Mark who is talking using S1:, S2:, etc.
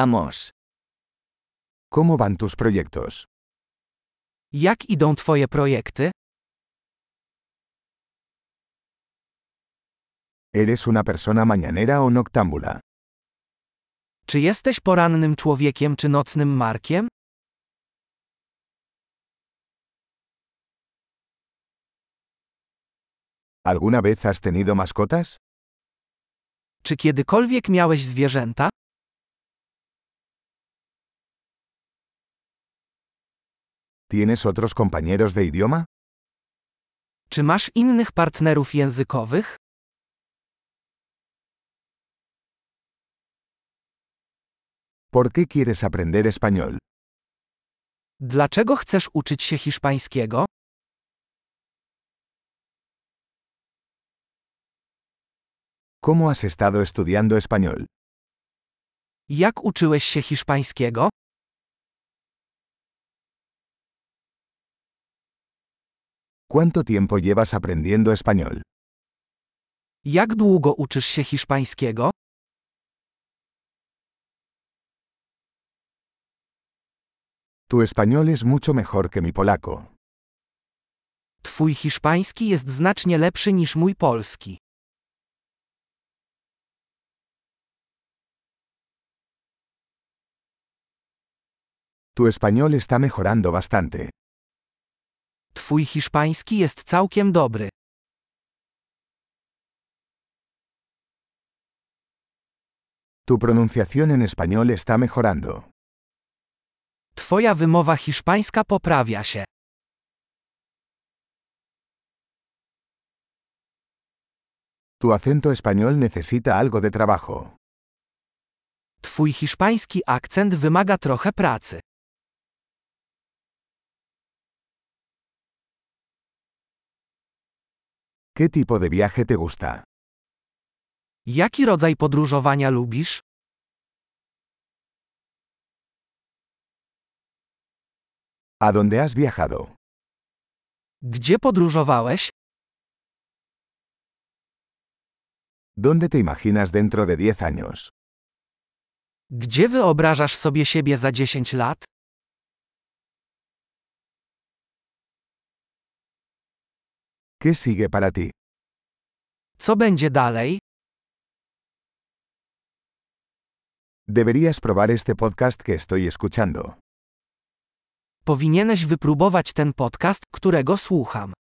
S1: Vamos.
S2: ¿Cómo van tus proyectos?
S1: Jak idą Twoje projekty?
S2: ¿Eres una persona mañanera o noctámbula?
S1: Czy jesteś porannym człowiekiem czy nocnym markiem?
S2: ¿Alguna vez has tenido mascotas?
S1: Czy kiedykolwiek miałeś zwierzęta?
S2: ¿Tienes otros compañeros de idioma?
S1: Czy masz innych partnerów językowych?
S2: ¿Por qué quieres aprender español?
S1: Dlaczego chcesz uczyć się hiszpańskiego?
S2: ¿Cómo has estado estudiando español?
S1: Jak uczyłeś się hiszpańskiego?
S2: ¿Cuánto tiempo llevas aprendiendo español?
S1: Jak długo uczysz się hiszpańskiego?
S2: Tu español es mucho mejor que mi polaco.
S1: Twój hiszpański jest znacznie lepszy niż mój polski.
S2: Tu español está mejorando bastante.
S1: Twój hiszpański jest całkiem dobry.
S2: Tu pronunciación en español está mejorando.
S1: Twoja wymowa hiszpańska poprawia się.
S2: Tu acento español necesita algo de trabajo.
S1: Twój hiszpański akcent wymaga trochę pracy.
S2: ¿Qué tipo de viaje te gusta?
S1: Jaki rodzaj podróżowania lubisz?
S2: ¿A dónde has viajado?
S1: Gdzie podróżowałeś?
S2: ¿Dónde te imaginas dentro de 10 años?
S1: Gdzie wyobrażasz sobie siebie za 10 lat?
S2: ¿Qué sigue para ti?
S1: Co będzie dalej?
S2: Deberías probar este podcast que estoy escuchando.
S1: Powinieneś wypróbować ten podcast, którego słucham.